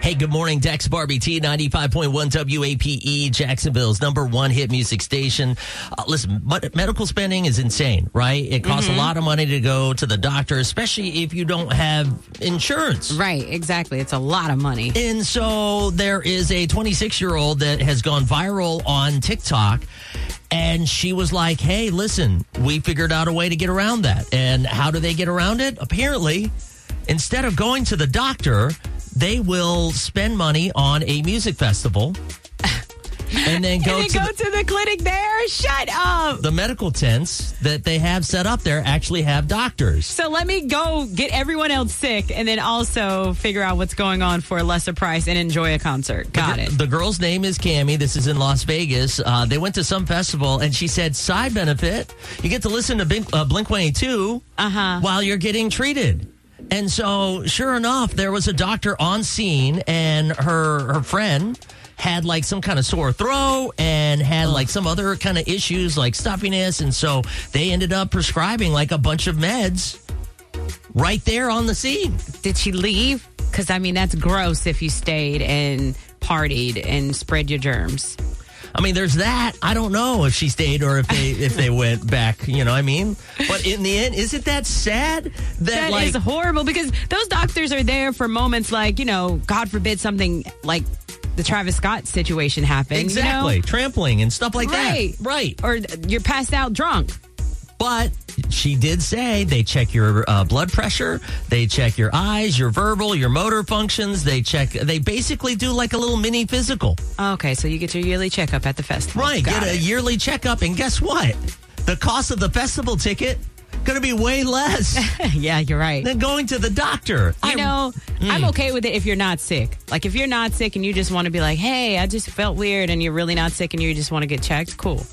Hey, good morning, Dex Barbie T, 95.1 WAPE, E, Jacksonville's number one hit music station. Uh, listen, med- medical spending is insane, right? It costs a lot of money to go to the doctor, especially if you don't have insurance. Right, exactly. It's a lot of money. And so there is a 26 year old that has gone viral on TikTok. And she was like, hey, listen, we figured out a way to get around that. And how do they get around it? Apparently, instead of going to the doctor, they will spend money on a music festival and then go Did to it go the- to the clinic there? Shut up. the medical tents that they have set up there actually have doctors. So let me go get everyone else sick and then also figure out what's going on for a lesser price and enjoy a concert. Got it. The girl's name is Cami. This is in Las Vegas. Uh, they went to some festival, and she said, "Side benefit: you get to listen to Blink, uh, Blink 182 Uh-huh. while you're getting treated." And so, sure enough, there was a doctor on scene, and her her friend had like some kind of sore throat and Oh. had like some other kind of issues like stuffiness, and so they ended up prescribing like a bunch of meds right there on the scene. Did she leave? Because, I mean, that's gross if you stayed and partied and spread your germs. I mean, there's that. I don't know if she stayed or if they if they went back. You know, what I mean. But in the end, isn't that sad? That, That is like horrible because those doctors are there for moments like, you know, God forbid something like the Travis Scott situation happened. you know? exactly trampling and stuff like Right. that. Right. Or you're passed out drunk. But she did say they check your uh, blood pressure, they check your eyes, your verbal, your motor functions. They check. They basically do like a little mini physical. Okay, so you get your yearly checkup at the festival. Right. Got get a it. yearly checkup, and guess what? The cost of the festival ticket going to be way less yeah, you're right. than going to the doctor. you know, I'm Mm. okay with it if you're not sick. Like if you're not sick and you just want to be like, "Hey, I just felt weird," and you're really not sick and you just want to get checked, cool.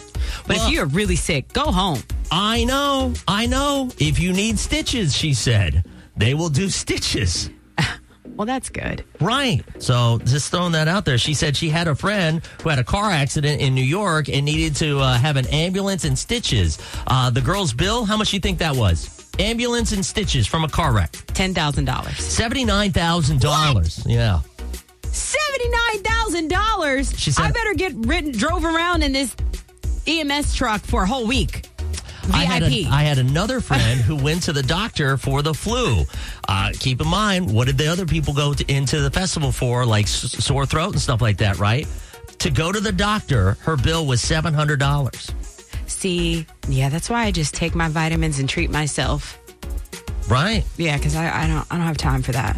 But Well- if you're really sick, go home. I know, I know. If you need stitches, she said, they will do stitches. Well, that's good. Right. So just throwing that out there. She said she had a friend who had a car accident in New York and needed to uh, have an ambulance and stitches. Uh, the girl's bill, how much do you think that was? Ambulance and stitches from a car wreck. Ten thousand dollars. $79,000. Yeah. Seventy nine thousand dollars. She said- I better get ridden, drove around in this EMS truck for a whole week. I had, a- VIP. I had another friend who went to the doctor for the flu. Uh, keep in mind, what did the other people go to, into the festival for, like s- sore throat and stuff like that, right? To go to the doctor, her bill was seven hundred dollars. See, yeah, that's why I just take my vitamins and treat myself. Right? Yeah, because I, I don't I don't have time for that.